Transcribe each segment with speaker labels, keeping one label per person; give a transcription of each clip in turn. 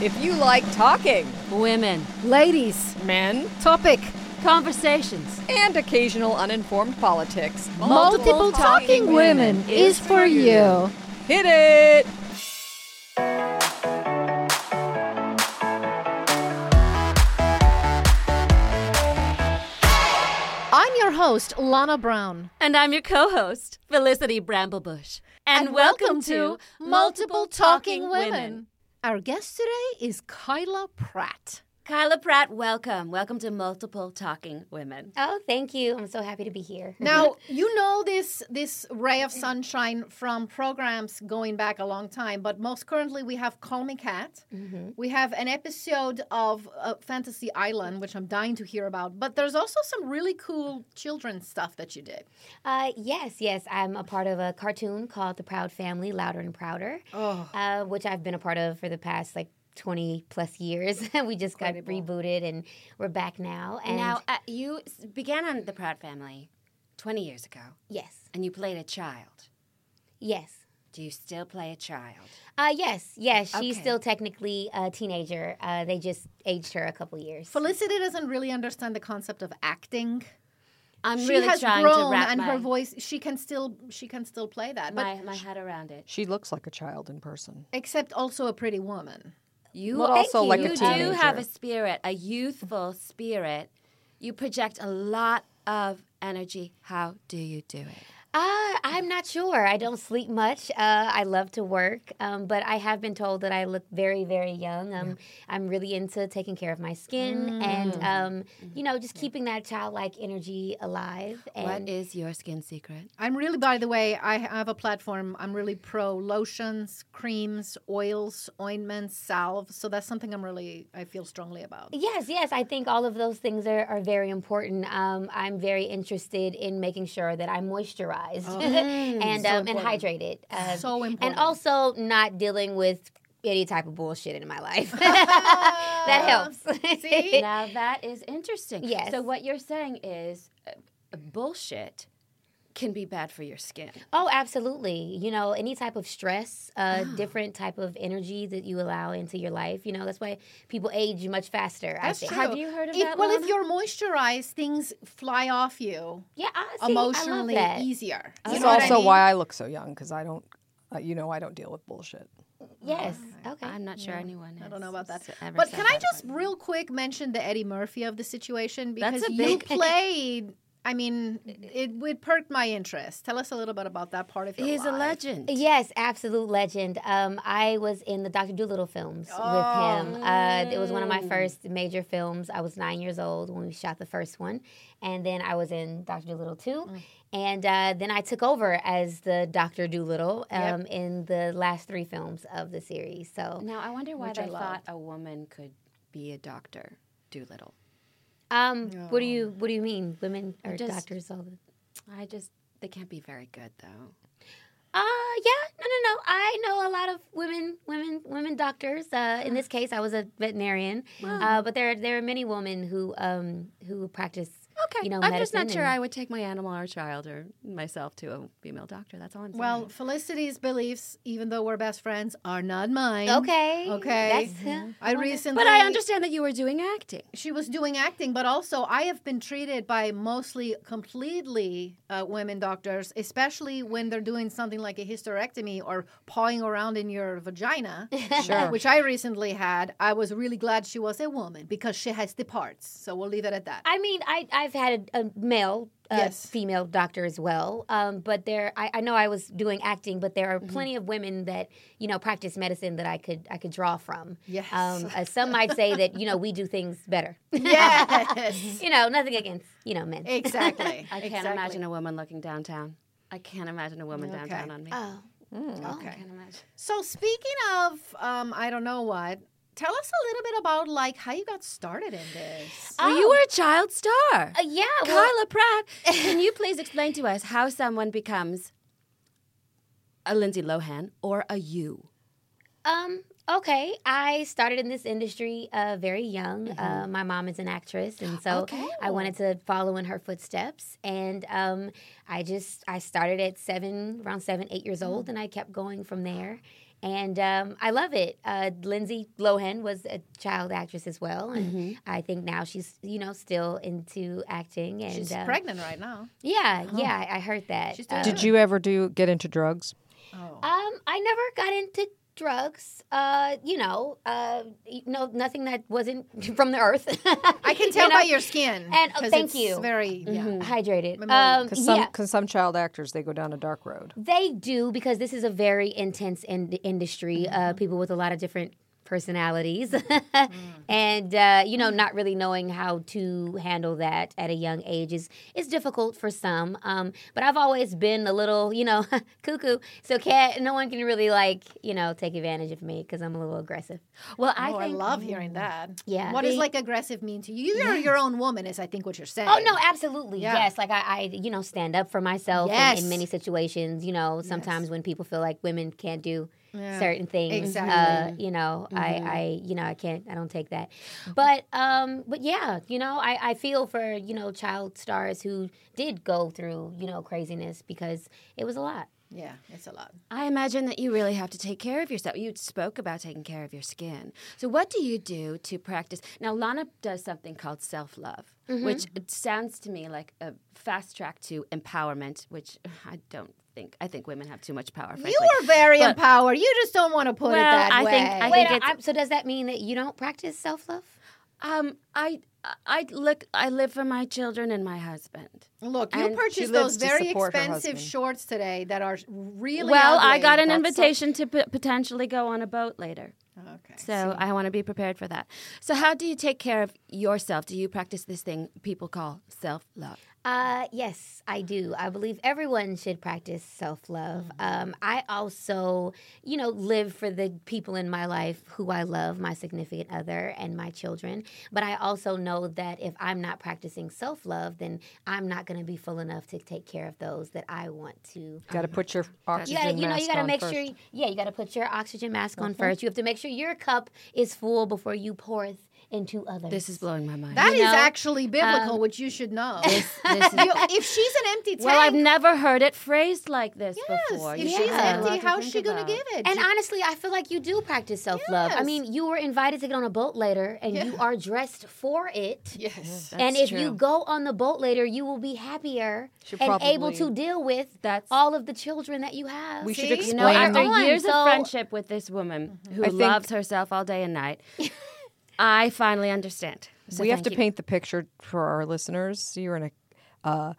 Speaker 1: If you like talking,
Speaker 2: Women.
Speaker 3: Ladies.
Speaker 1: men,
Speaker 3: Topic.
Speaker 2: Conversations.
Speaker 1: and occasional uninformed politics,
Speaker 2: Multiple
Speaker 3: Multiple talking women is for you.
Speaker 1: hit it!
Speaker 3: I'm your host, Lana Brown.
Speaker 2: And I'm your co host, Felicity Bramblebush. And, welcome to Multiple Talking Women.
Speaker 3: Our guest today is Kyla Pratt.
Speaker 2: Kyla Pratt, welcome. Welcome to Multiple Talking Women.
Speaker 4: Oh, thank you. I'm so happy to be here.
Speaker 3: Now, you know this this ray of sunshine from programs going back a long time, but most currently we have Call Me Cat. We have an episode of uh, Fantasy Island, which I'm dying to hear about, but there's also some really cool children's stuff that you did.
Speaker 4: Uh, yes, yes, I'm a part of a cartoon called The Proud Family, Louder and Prouder,
Speaker 3: Oh.
Speaker 4: uh, which I've been a part of for the past like 20 plus years. we just got rebooted and we're back now. And
Speaker 2: now, uh, you s- began on The Proud Family 20 years ago,
Speaker 4: yes,
Speaker 2: and you played a child.
Speaker 4: yes.
Speaker 2: Do you still play a child?
Speaker 4: Uh, yes, yes, she's
Speaker 2: Okay.
Speaker 4: still technically a teenager. Uh, they just aged her a couple years.
Speaker 3: Felicity doesn't really understand the concept of acting.
Speaker 2: I'm
Speaker 3: she
Speaker 2: really
Speaker 3: has
Speaker 2: trying
Speaker 3: grown
Speaker 2: to wrap
Speaker 3: and
Speaker 2: my,
Speaker 3: her voice she can still she can still play that but
Speaker 2: my, my head around it.
Speaker 1: She looks like a child in person.
Speaker 3: except also a pretty woman
Speaker 2: You
Speaker 1: But
Speaker 4: Thank
Speaker 1: also like
Speaker 4: you.
Speaker 1: a
Speaker 2: you
Speaker 1: teenager.
Speaker 2: do have a spirit, a youthful spirit. You project a lot of energy. How do you do it?
Speaker 4: Uh, I'm not sure. I don't sleep much. Uh, I love to work, um, but I have been told that I look very, very young. Um, I'm really into taking care of my skin and,
Speaker 3: Mm.
Speaker 4: um, you know, just keeping that childlike energy alive.
Speaker 2: What
Speaker 4: And
Speaker 2: is your skin secret?
Speaker 3: i'm really by the way i have a platform i'm really pro lotions creams oils ointments salves so that's something i'm really i feel strongly about
Speaker 4: yes, yes, I think all of those things are, are very important. Um, I'm very interested in making sure that I'm moisturized
Speaker 3: Oh.
Speaker 4: and um, and hydrated. Uh,
Speaker 3: Mm, So
Speaker 4: And
Speaker 3: important.
Speaker 4: also not dealing with any type of bullshit in my life. that helps.
Speaker 3: See?
Speaker 2: now that is interesting.
Speaker 4: Yes.
Speaker 2: So what you're saying is, uh, bullshit can be bad for your skin.
Speaker 4: Oh, absolutely. You know, any type of stress, uh,
Speaker 3: Ah.
Speaker 4: different type of energy that you allow into your life. You know, that's why people age much faster. I
Speaker 3: That's
Speaker 4: think.
Speaker 3: true.
Speaker 2: Have you heard of
Speaker 3: If-
Speaker 2: that,
Speaker 3: well
Speaker 2: Lana?
Speaker 3: if you're moisturized things fly off you
Speaker 4: Yeah, I, see,
Speaker 3: emotionally
Speaker 4: I love that.
Speaker 3: easier You
Speaker 1: That's
Speaker 3: know what I
Speaker 1: also
Speaker 3: mean?
Speaker 1: why I look so young because I don't, uh, you know, I don't deal with bullshit.
Speaker 4: Yes.
Speaker 3: Oh
Speaker 4: Okay.
Speaker 2: I'm not sure anyone. Has
Speaker 3: I don't know about that.
Speaker 2: s- ever
Speaker 3: But
Speaker 2: said
Speaker 3: can I
Speaker 2: that,
Speaker 3: just real quick mention the Eddie Murphy of the situation because
Speaker 2: That's a
Speaker 3: you
Speaker 2: big-
Speaker 3: played. I mean, it would perk my interest. Tell us a little bit about that part of your
Speaker 2: He's a
Speaker 3: life.
Speaker 2: legend.
Speaker 4: Yes, absolute legend. Um, I was in the Dr. Doolittle films with
Speaker 3: Oh,
Speaker 4: him. Uh, it was one of my first major films. I was nine years old when we shot the first one, and then I was in Dr. Doolittle two,
Speaker 3: Mm.
Speaker 4: and uh, then I took over as the Dr. Doolittle um, in the last three films of the series. So
Speaker 2: Now I wonder why
Speaker 3: Which
Speaker 2: they
Speaker 3: I
Speaker 2: thought a woman could be a doctor, Doolittle.
Speaker 4: Um, what do you what do you mean? Women are
Speaker 2: just-
Speaker 4: doctors all the
Speaker 2: I just they can't be very good though.
Speaker 4: Uh yeah, no no no. I know a lot of women women women doctors. Uh, in this case I was a veterinarian. Uh, but there are there are many women who um who practice
Speaker 2: Okay,
Speaker 4: you know
Speaker 2: I'm just not
Speaker 4: medicine
Speaker 2: sure
Speaker 4: and-
Speaker 2: I would take my animal or child or myself to a female doctor. That's all I'm saying.
Speaker 3: Well, Felicity's beliefs, even though we're best friends, are not mine.
Speaker 4: Okay.
Speaker 3: Okay.
Speaker 4: That's
Speaker 3: I recently.
Speaker 2: but I understand that you were doing acting.
Speaker 3: She was doing acting, but also I have been treated by mostly completely uh, women doctors, especially when they're doing something like a hysterectomy or pawing around in your vagina,
Speaker 1: Sure.
Speaker 3: which I recently had. I was really glad she was a woman because she has the parts. So we'll leave it at that.
Speaker 4: I mean, I I've had a, a male, uh,
Speaker 3: Yes.
Speaker 4: female doctor as well. Um, but there, I, I know I was doing acting, but there are
Speaker 3: Mm-hmm.
Speaker 4: plenty of women that you know practice medicine that I could I could draw from.
Speaker 3: Yes.
Speaker 4: Um, uh, some might say that you know we do things better.
Speaker 3: yes,
Speaker 4: you know, nothing against you know men.
Speaker 3: exactly.
Speaker 2: I can't
Speaker 3: exactly.
Speaker 2: imagine a woman looking downtown. I can't imagine a woman downtown
Speaker 3: Okay.
Speaker 2: on me.
Speaker 4: Oh,
Speaker 2: I
Speaker 3: Okay.
Speaker 2: can't imagine.
Speaker 3: So speaking of, um, I don't know what. Tell us a little bit about like how you got started in this.
Speaker 2: Well, you were a child star.
Speaker 4: Uh, yeah. Well,
Speaker 2: Carla Pratt, can you please explain to us how someone becomes a Lindsay Lohan or a you?
Speaker 4: Um. Okay. I started in this industry uh, very young.
Speaker 3: Mm-hmm.
Speaker 4: Uh, my mom is an actress, and so I wanted to follow in her footsteps. And
Speaker 3: Mm-hmm.
Speaker 4: um, I just I started at seven, around seven, eight years old, and I kept going from there. and um, I love it. Uh, Lindsay Lohan was a child actress as well, and
Speaker 3: Mm-hmm.
Speaker 4: I think now she's you know still into acting. And
Speaker 3: She's
Speaker 4: um,
Speaker 3: pregnant right now.
Speaker 4: Yeah, yeah, I, I heard that.
Speaker 3: She's doing
Speaker 4: Um,
Speaker 3: good.
Speaker 1: Did you ever do get into drugs?
Speaker 3: Oh.
Speaker 4: Um, I never got into drugs. Uh, you know, uh, you know, nothing that wasn't from the earth.
Speaker 3: I can tell by hmm, your skin.
Speaker 4: and, oh,
Speaker 3: 'cause
Speaker 4: thank
Speaker 3: it's
Speaker 4: you.
Speaker 3: Very yeah.
Speaker 4: hydrated.
Speaker 3: Memorial.
Speaker 4: Um,
Speaker 1: Because some,
Speaker 4: yeah.
Speaker 1: 'cause some child actors, they go down a dark road.
Speaker 4: They do because this is a very intense in- industry. Uh, people with a lot of different personalities, and uh, you know, not really knowing how to handle that at a young age is is difficult for some. Um, but I've always been a little, you know, cuckoo. So cat, no one can really like you know take advantage of me because I'm a little aggressive.
Speaker 2: Well, I
Speaker 3: Oh, I Mm-hmm.
Speaker 2: think
Speaker 3: love hearing that.
Speaker 4: Yeah.
Speaker 3: What does
Speaker 4: They-
Speaker 3: like aggressive mean to you? You're your own woman, is I think what you're saying.
Speaker 4: Oh no, absolutely.
Speaker 3: Yeah.
Speaker 4: Yes, like I, I, you know, stand up for myself in-
Speaker 3: Yes.
Speaker 4: in, many situations. You know, sometimes when people feel like women can't do
Speaker 3: Yeah.
Speaker 4: certain things, uh,
Speaker 3: Exactly. Mm-hmm.
Speaker 4: you know, I, I, you know, I can't, I don't take that. But, um, but yeah, you know, I, I feel for you know child stars who did go through you know craziness because it was a lot.
Speaker 3: Yeah, it's a lot.
Speaker 2: I imagine that you really have to take care of yourself. You spoke about taking care of your skin. So, what do you do to practice? Now, Lana does something called self love, which it sounds to me like a fast track to empowerment, which I don't think. I think women have too much power. Frankly.
Speaker 3: You are very
Speaker 2: But-
Speaker 3: empowered. You just don't want to put it
Speaker 2: Well,
Speaker 3: that
Speaker 2: I
Speaker 3: way.
Speaker 2: think- I
Speaker 4: Wait,
Speaker 2: it's-
Speaker 4: I'm- so does that mean that you don't practice self love?
Speaker 2: Um, I, I look. I live for my children and my husband.
Speaker 3: Look,
Speaker 2: and
Speaker 3: you
Speaker 2: she
Speaker 3: purchased
Speaker 1: lives
Speaker 3: those
Speaker 1: to
Speaker 3: very
Speaker 1: support her
Speaker 3: expensive
Speaker 1: husband.
Speaker 3: shorts today that are really
Speaker 2: well, I
Speaker 3: ugly.
Speaker 2: got an
Speaker 3: That's
Speaker 2: invitation to p- potentially go on a boat later.
Speaker 3: so- okay.
Speaker 2: So I want to be prepared for that. So how do you take care of yourself? Do you practice this thing people call self-love?
Speaker 4: Uh, yes, I do. I believe everyone should practice self love.
Speaker 1: Mm-hmm.
Speaker 4: Um, I also, you know, live for the people in my life who I love, my significant other and my children. But I also know that if I'm not practicing self love, then I'm not going to be full enough to take care of those that I want to.
Speaker 1: Got to put your oxygen
Speaker 4: You gotta, you know,
Speaker 1: mask
Speaker 4: you gotta
Speaker 1: on
Speaker 4: make
Speaker 1: first. Mm-hmm.
Speaker 4: sure, yeah, you gotta put your oxygen mask on first. You have to make sure your cup is full before you poureth into others.
Speaker 2: This is blowing my mind.
Speaker 3: That is
Speaker 4: know,
Speaker 3: actually biblical, which you should know.
Speaker 2: this is-
Speaker 3: You- if she's an empty tank,
Speaker 2: well, I've never heard it phrased like this
Speaker 3: yes,
Speaker 2: before.
Speaker 3: if
Speaker 2: You
Speaker 3: she's
Speaker 2: have a lot
Speaker 3: empty,
Speaker 2: to
Speaker 3: how's
Speaker 2: think
Speaker 3: she going
Speaker 2: about.
Speaker 3: to give it?
Speaker 4: And honestly, I feel like you do practice self love. I
Speaker 3: Yes.
Speaker 4: mean, you were invited to get on a boat later, and you are dressed for it.
Speaker 3: yes.
Speaker 4: and
Speaker 2: That's
Speaker 4: if you
Speaker 2: true.
Speaker 4: go on the boat later, you will be happier
Speaker 1: She
Speaker 4: and able
Speaker 1: probably-
Speaker 4: to deal with
Speaker 2: That's-
Speaker 4: all of the children that you have.
Speaker 1: We should
Speaker 3: See?
Speaker 1: explain.
Speaker 2: You know, after
Speaker 4: on,
Speaker 2: years
Speaker 4: so-
Speaker 2: of friendship with this woman
Speaker 3: Mm-hmm.
Speaker 2: who
Speaker 1: I think-
Speaker 2: loves herself all day and night, I finally understand.
Speaker 3: Mm-hmm.
Speaker 2: So
Speaker 1: we have
Speaker 2: thank
Speaker 1: to
Speaker 2: you.
Speaker 1: paint the picture for our listeners. You're in a uh,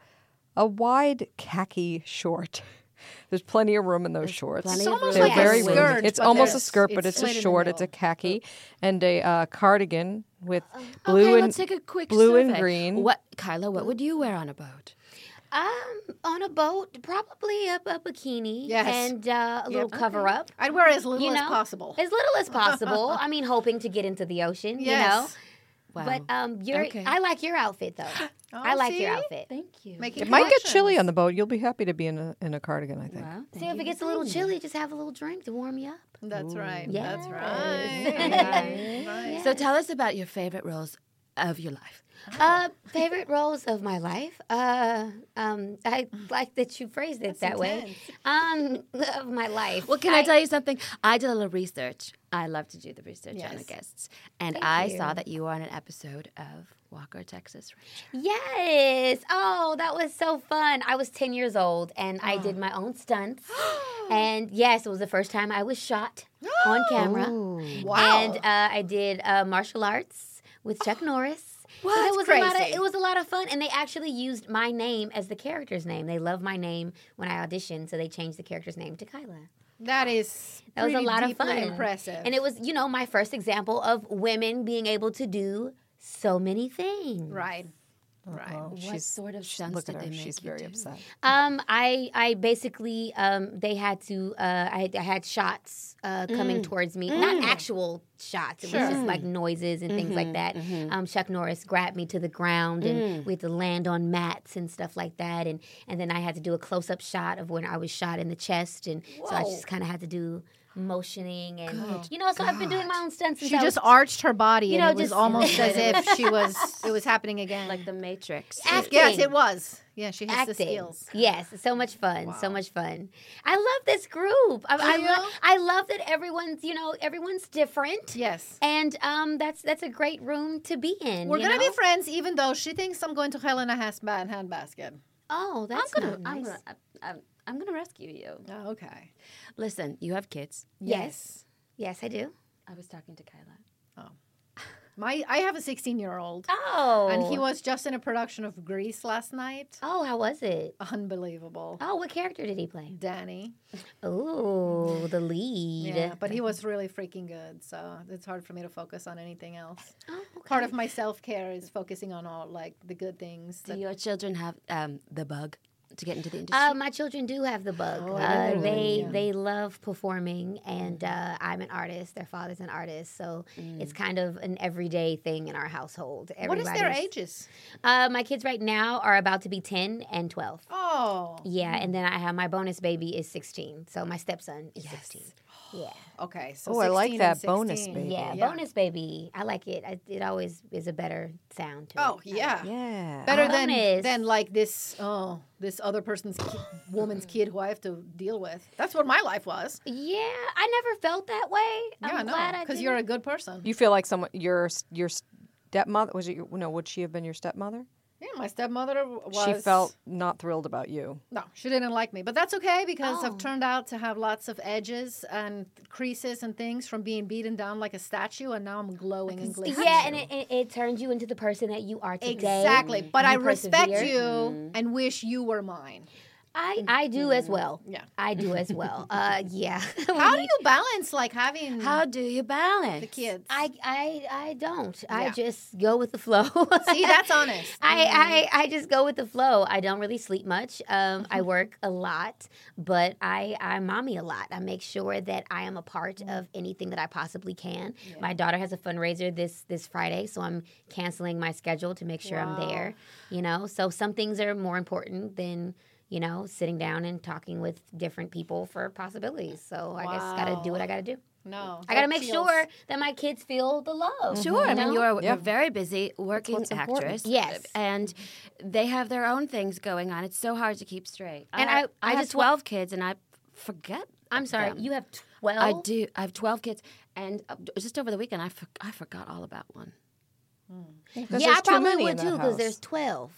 Speaker 1: a wide khaki short. There's plenty of room in those shorts.
Speaker 2: plenty It's of almost
Speaker 1: They're
Speaker 4: like a
Speaker 1: very
Speaker 4: skirt,
Speaker 1: roomy. It's
Speaker 3: but
Speaker 1: almost a
Speaker 3: there's-
Speaker 1: skirt, but it's,
Speaker 3: it's slit
Speaker 1: a
Speaker 3: in the
Speaker 1: short. It's a khaki and a uh, cardigan with blue
Speaker 2: Uh, okay,
Speaker 1: and
Speaker 2: let's take a quick
Speaker 1: blue and
Speaker 2: survey.
Speaker 1: green.
Speaker 2: What, Kyla? What would you wear on a boat?
Speaker 4: um, on a boat, probably a, a bikini
Speaker 3: Yes.
Speaker 4: and uh, a little cover up.
Speaker 3: I'd wear as little
Speaker 4: You know,
Speaker 3: as possible.
Speaker 4: As little as possible. I mean, hoping to get into the ocean.
Speaker 3: Yes.
Speaker 2: Wow.
Speaker 4: You know, but um, your
Speaker 2: Okay.
Speaker 4: I like your outfit though. I like your outfit.
Speaker 2: thank you.
Speaker 3: Making
Speaker 1: It might get chilly
Speaker 3: connections.
Speaker 1: on the boat. You'll be happy to be in a in a cardigan. I think.
Speaker 2: Wow,
Speaker 4: See, if it gets a little chilly, just have a little drink to warm you up.
Speaker 3: That's right. That's
Speaker 4: Yes.
Speaker 3: right. right.
Speaker 2: So tell us about your favorite roles of your life.
Speaker 4: Uh, favorite roles of my life. Uh, um, I
Speaker 2: Mm.
Speaker 4: like that you phrased it that way. Um, of my life.
Speaker 2: Well, can I, tell you something? I did a little research. I love to do the research on the
Speaker 3: Yes.
Speaker 2: guests. And I saw that you were on an episode of Walker, Texas Ranger.
Speaker 4: Yes. Oh, that was so fun. I was 10 years old and I
Speaker 3: Ah.
Speaker 4: did my own stunts. and yes, it was the first time I was shot on camera.
Speaker 3: Wow.
Speaker 4: And uh, I did uh, martial arts with Chuck Norris. What?
Speaker 3: That's
Speaker 4: it was a lot of
Speaker 3: crazy.
Speaker 4: it was a lot of fun, and they actually used my name as the character's name. They love my name when I auditioned, so they changed the character's name to Kyla.
Speaker 3: That is
Speaker 4: That was a
Speaker 3: pretty
Speaker 4: lot of
Speaker 3: deeply
Speaker 4: fun.
Speaker 3: Impressive.
Speaker 4: and it was you know my first example of women being able to do so many things.
Speaker 3: right. Right.
Speaker 1: Oh,
Speaker 2: What sort of stunts
Speaker 1: look at
Speaker 2: did
Speaker 1: her.
Speaker 2: they make
Speaker 1: She's
Speaker 2: you
Speaker 1: very
Speaker 2: do?
Speaker 1: upset.
Speaker 4: Um, I I basically um they had to uh I, I had shots uh
Speaker 3: Mm.
Speaker 4: coming towards me, not actual shots. It was just like noises and things
Speaker 3: Mm-hmm.
Speaker 4: like that. Um, Chuck Norris grabbed me to the ground,
Speaker 3: Mm.
Speaker 4: and we had to land on mats and stuff like that. And and then I had to do a close up shot of when I was shot in the chest, and so I just kind of had to do motioning and you know. So I've been doing my own stunts. Since
Speaker 3: She
Speaker 4: I was
Speaker 3: just arched her body,
Speaker 4: know,
Speaker 3: and it was
Speaker 4: just-
Speaker 3: almost as if she was. It was happening again.
Speaker 2: Like The Matrix.
Speaker 4: Acting.
Speaker 3: yes, it was. Yeah, she has
Speaker 4: acting.
Speaker 3: the skills.
Speaker 4: Yes, so much fun, so much fun. I love this group. I, I,
Speaker 3: Do
Speaker 4: lo-
Speaker 3: you?
Speaker 4: I love that everyone's you know everyone's different.
Speaker 3: Yes.
Speaker 4: and um, that's that's a great room to be in.
Speaker 3: We're
Speaker 4: you
Speaker 3: gonna
Speaker 4: know?
Speaker 3: be friends, even though she thinks I'm going to hell in a has- ba- handbasket.
Speaker 4: Oh, that's
Speaker 2: I'm gonna,
Speaker 4: not nice.
Speaker 2: I'm
Speaker 3: uh,
Speaker 2: gonna, I'm, I'm gonna rescue you.
Speaker 3: Oh, okay.
Speaker 2: Listen, you have kids.
Speaker 4: Yes. Yes, I do.
Speaker 2: I was talking to Kyla.
Speaker 3: My, I have a 16 year old,
Speaker 4: Oh,
Speaker 3: and he was just in a production of Grease last night.
Speaker 4: Oh, how was it?
Speaker 3: Unbelievable.
Speaker 4: Oh, what character did he play?
Speaker 3: Danny.
Speaker 4: Oh, the lead.
Speaker 3: Yeah, but he was really freaking good. So it's hard for me to focus on anything else.
Speaker 4: Oh,
Speaker 3: Part of my self care is focusing on all like the good things.
Speaker 2: Do
Speaker 3: that-
Speaker 2: your children have um, the bug to get into the industry?
Speaker 4: Uh, my children do have the bug.
Speaker 3: Oh,
Speaker 4: uh,
Speaker 3: really?
Speaker 4: they
Speaker 3: Yeah.
Speaker 4: they love performing, and uh, I'm an artist. Their father's an artist, so it's kind of an everyday thing in our household.
Speaker 3: Mm. what is their
Speaker 4: Everybody's-
Speaker 3: ages?
Speaker 4: Uh, my kids right now are about to be 10 and 12.
Speaker 3: Oh,
Speaker 4: Yeah, and then I have my bonus baby is 16, so my stepson is 16. Yeah.
Speaker 3: okay. So
Speaker 1: Oh, I like
Speaker 3: 16 and
Speaker 1: that bonus
Speaker 3: 16.
Speaker 1: baby.
Speaker 4: yeah,
Speaker 3: Yeah.
Speaker 4: bonus baby. I like it. I, it always is a better sound to it.
Speaker 3: Oh yeah.
Speaker 1: Yeah.
Speaker 3: Better than
Speaker 4: Bonus.
Speaker 3: than like this oh this other person's ki- woman's
Speaker 4: Mm.
Speaker 3: kid who I have to deal with. That's what my life was.
Speaker 4: Yeah, I never felt that way. I'm
Speaker 3: yeah,
Speaker 4: glad
Speaker 3: no,
Speaker 4: I
Speaker 3: because
Speaker 4: did.
Speaker 3: you're a good person.
Speaker 1: You feel like someone your your stepmother was it your, no would she have been your stepmother?
Speaker 3: Yeah, my stepmother was.
Speaker 1: She felt not thrilled about you.
Speaker 3: no, she didn't like me, but that's okay because I've turned out to have lots of edges and creases and things from being beaten down like a statue, and now I'm glowing and glistening.
Speaker 4: yeah, and it, it, it turns you into the person that you are today.
Speaker 3: Exactly, but
Speaker 4: You
Speaker 3: I respect
Speaker 4: persevere.
Speaker 3: you and wish you were mine.
Speaker 4: I, I do as well.
Speaker 3: Yeah.
Speaker 4: I do as well. Uh, yeah.
Speaker 3: How do you balance like having
Speaker 2: How do you balance?
Speaker 3: the kids?
Speaker 4: I, I, I don't. I
Speaker 3: Yeah.
Speaker 4: just go with the flow.
Speaker 3: see that's honest. Mm-hmm.
Speaker 4: I, I, I just go with the flow. I don't really sleep much. Um, I
Speaker 3: Mm-hmm.
Speaker 4: work a lot, but I, I mommy a lot. I make sure that I am a part
Speaker 3: Mm-hmm.
Speaker 4: of anything that I possibly can. My daughter has a fundraiser this this Friday, so I'm canceling my schedule to make sure I'm there. You know, so some things are more important than you know sitting down and talking with different people for possibilities. So I just gotta do what I gotta do.
Speaker 3: no,
Speaker 4: I gotta
Speaker 3: that
Speaker 4: make
Speaker 3: feels-
Speaker 4: sure that my kids feel the love.
Speaker 2: Sure, I
Speaker 4: you
Speaker 2: mean
Speaker 4: know?
Speaker 2: you're a-
Speaker 1: Yeah.
Speaker 2: a very busy working
Speaker 1: what's important.
Speaker 2: actress.
Speaker 4: Yes.
Speaker 2: and they have their own things going on. It's so hard to keep straight.
Speaker 4: And
Speaker 2: I,
Speaker 4: I-
Speaker 2: have-
Speaker 4: I
Speaker 2: have
Speaker 4: just wa-
Speaker 2: twelve kids, and I forget.
Speaker 4: I'm sorry,
Speaker 2: them.
Speaker 4: you have twelve.
Speaker 2: I do. I have twelve kids, and uh, just over the weekend, I for, I forgot all about one.
Speaker 4: Yeah, I probably would too because there's 12.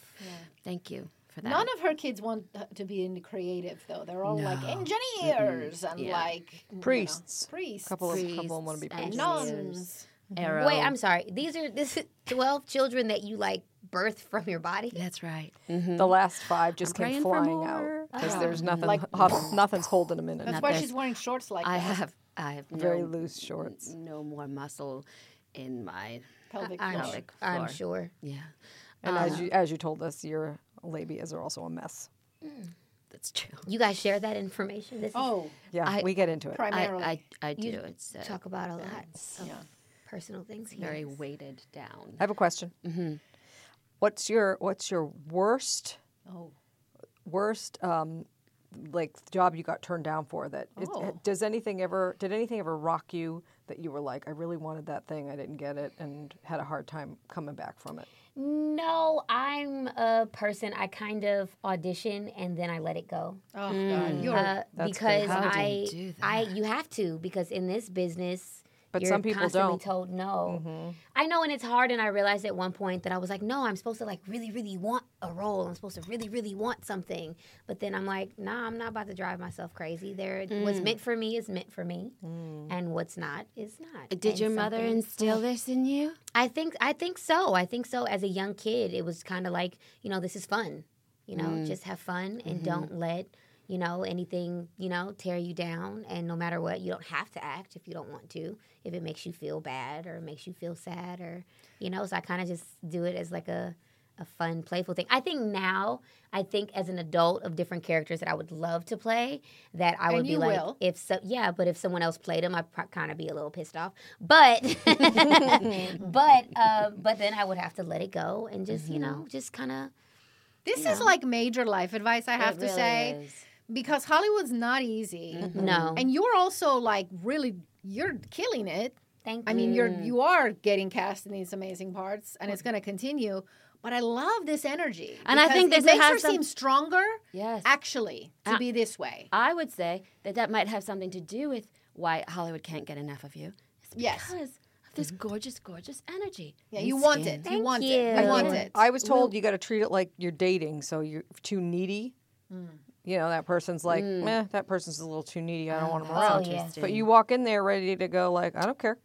Speaker 2: Thank you for that.
Speaker 3: None of her kids want to be in the creative though. They're all like engineers and
Speaker 2: Yeah.
Speaker 3: like you know,
Speaker 1: Priests.
Speaker 3: priests,
Speaker 1: a couple of
Speaker 2: priests
Speaker 1: couple want to be
Speaker 2: and Mm-hmm.
Speaker 1: priests.
Speaker 3: nuns.
Speaker 2: Arrow.
Speaker 4: Wait, I'm sorry. These are this is 12 children that you like birthed from your body.
Speaker 2: That's right.
Speaker 1: The last five just
Speaker 2: praying
Speaker 1: came
Speaker 2: for
Speaker 1: flying
Speaker 2: more. Oh.
Speaker 1: out because
Speaker 3: Yeah.
Speaker 1: there's nothing
Speaker 3: Like-
Speaker 1: ho- nothing's holding them in. it.
Speaker 3: That's why she's wearing shorts like
Speaker 2: I
Speaker 3: that.
Speaker 2: have I have
Speaker 1: very
Speaker 2: no,
Speaker 1: loose shorts.
Speaker 2: no more muscle in my
Speaker 3: pelvic
Speaker 4: I'm,
Speaker 3: floor.
Speaker 4: su-
Speaker 2: like
Speaker 4: I'm
Speaker 2: floor.
Speaker 4: sure.
Speaker 2: yeah.
Speaker 1: And as you as you told us, your labias are also a mess.
Speaker 2: That's true.
Speaker 4: You guys share that information. This is,
Speaker 3: Oh,
Speaker 1: Yeah,
Speaker 2: I-
Speaker 1: we get into it.
Speaker 2: I
Speaker 3: primarily.
Speaker 2: I, I do. It's uh,
Speaker 4: talk about a lot of
Speaker 3: Yeah.
Speaker 4: personal things here.
Speaker 2: very weighted down.
Speaker 1: I have a question. Mm-hmm. What's your what's your worst
Speaker 3: oh,
Speaker 1: worst um, like job you got turned down for? That it-
Speaker 3: Oh.
Speaker 1: does anything ever did anything ever rock you that you were like, I really wanted that thing, I didn't get it, and had a hard time coming back from it.
Speaker 4: No, I'm a person I kind of audition and then I let it go.
Speaker 3: oh God, you're
Speaker 4: Uh,
Speaker 1: That's
Speaker 4: because
Speaker 1: good.
Speaker 2: How do you
Speaker 4: I,
Speaker 2: do
Speaker 4: I, you have to because in this business,
Speaker 1: But
Speaker 4: you're
Speaker 1: some people
Speaker 4: constantly
Speaker 1: don't. Mm-hmm.
Speaker 4: told no. I know, and it's hard. And I realized at one point that I was like, no, I'm supposed to like really, really want a role. I'm supposed to really, really want something. But then I'm like, nah, I'm not about to drive myself crazy. There, what's
Speaker 1: Mm.
Speaker 4: meant for me is meant for me, and what's not is not.
Speaker 2: Did
Speaker 4: And
Speaker 2: your mother
Speaker 4: something-
Speaker 2: instill this in you?
Speaker 4: I think I think so. I think so. As a young kid, it was kind of like you know this is fun. You know,
Speaker 3: Mm.
Speaker 4: just have fun
Speaker 3: Mm-hmm.
Speaker 4: and don't let you know anything you know tear you down. And no matter what, you don't have to act if you don't want to. If it makes you feel bad or makes you feel sad or you know, so I kind of just do it as like a a fun, playful thing. I think now, I think as an adult of different characters that I would love to play, that I
Speaker 3: And
Speaker 4: would be
Speaker 3: you
Speaker 4: like,
Speaker 3: will.
Speaker 4: if so, yeah, but if someone else played him, I'd pro- kind of be a little pissed off. But, but, uh, but then I would have to let it go and just,
Speaker 3: Mm-hmm.
Speaker 4: you know, just kind of.
Speaker 3: this is like major life advice. I have
Speaker 2: It
Speaker 3: to
Speaker 2: really
Speaker 3: say
Speaker 2: is.
Speaker 3: because Hollywood's not easy,
Speaker 4: No,
Speaker 3: and you're also like really you're killing it.
Speaker 4: Thank
Speaker 3: I
Speaker 4: you.
Speaker 3: mean, you're you are getting cast in these amazing parts, and it's going to continue. But I love this energy,
Speaker 2: And I
Speaker 3: because
Speaker 2: think
Speaker 3: it
Speaker 2: this
Speaker 3: makes
Speaker 2: has
Speaker 3: her
Speaker 2: some-
Speaker 3: seem stronger.
Speaker 2: Yes.
Speaker 3: actually, to
Speaker 2: Ah.
Speaker 3: be this way.
Speaker 2: I would say that that might have something to do with why Hollywood can't get enough of you. It's
Speaker 3: Yes.
Speaker 2: because of this gorgeous, gorgeous energy.
Speaker 3: Mm-hmm. Yeah,
Speaker 2: and
Speaker 3: you want
Speaker 2: skin.
Speaker 3: it. You
Speaker 4: Thank
Speaker 3: want it.
Speaker 4: you.
Speaker 3: You want
Speaker 1: Well,
Speaker 3: it.
Speaker 1: I was told you got to treat it like you're dating, so you're too needy. You know, that person's like, eh, that person's a little too needy. I don't want him
Speaker 4: that's
Speaker 1: around.
Speaker 4: interesting.
Speaker 1: But you walk in there ready to go, like, I don't care.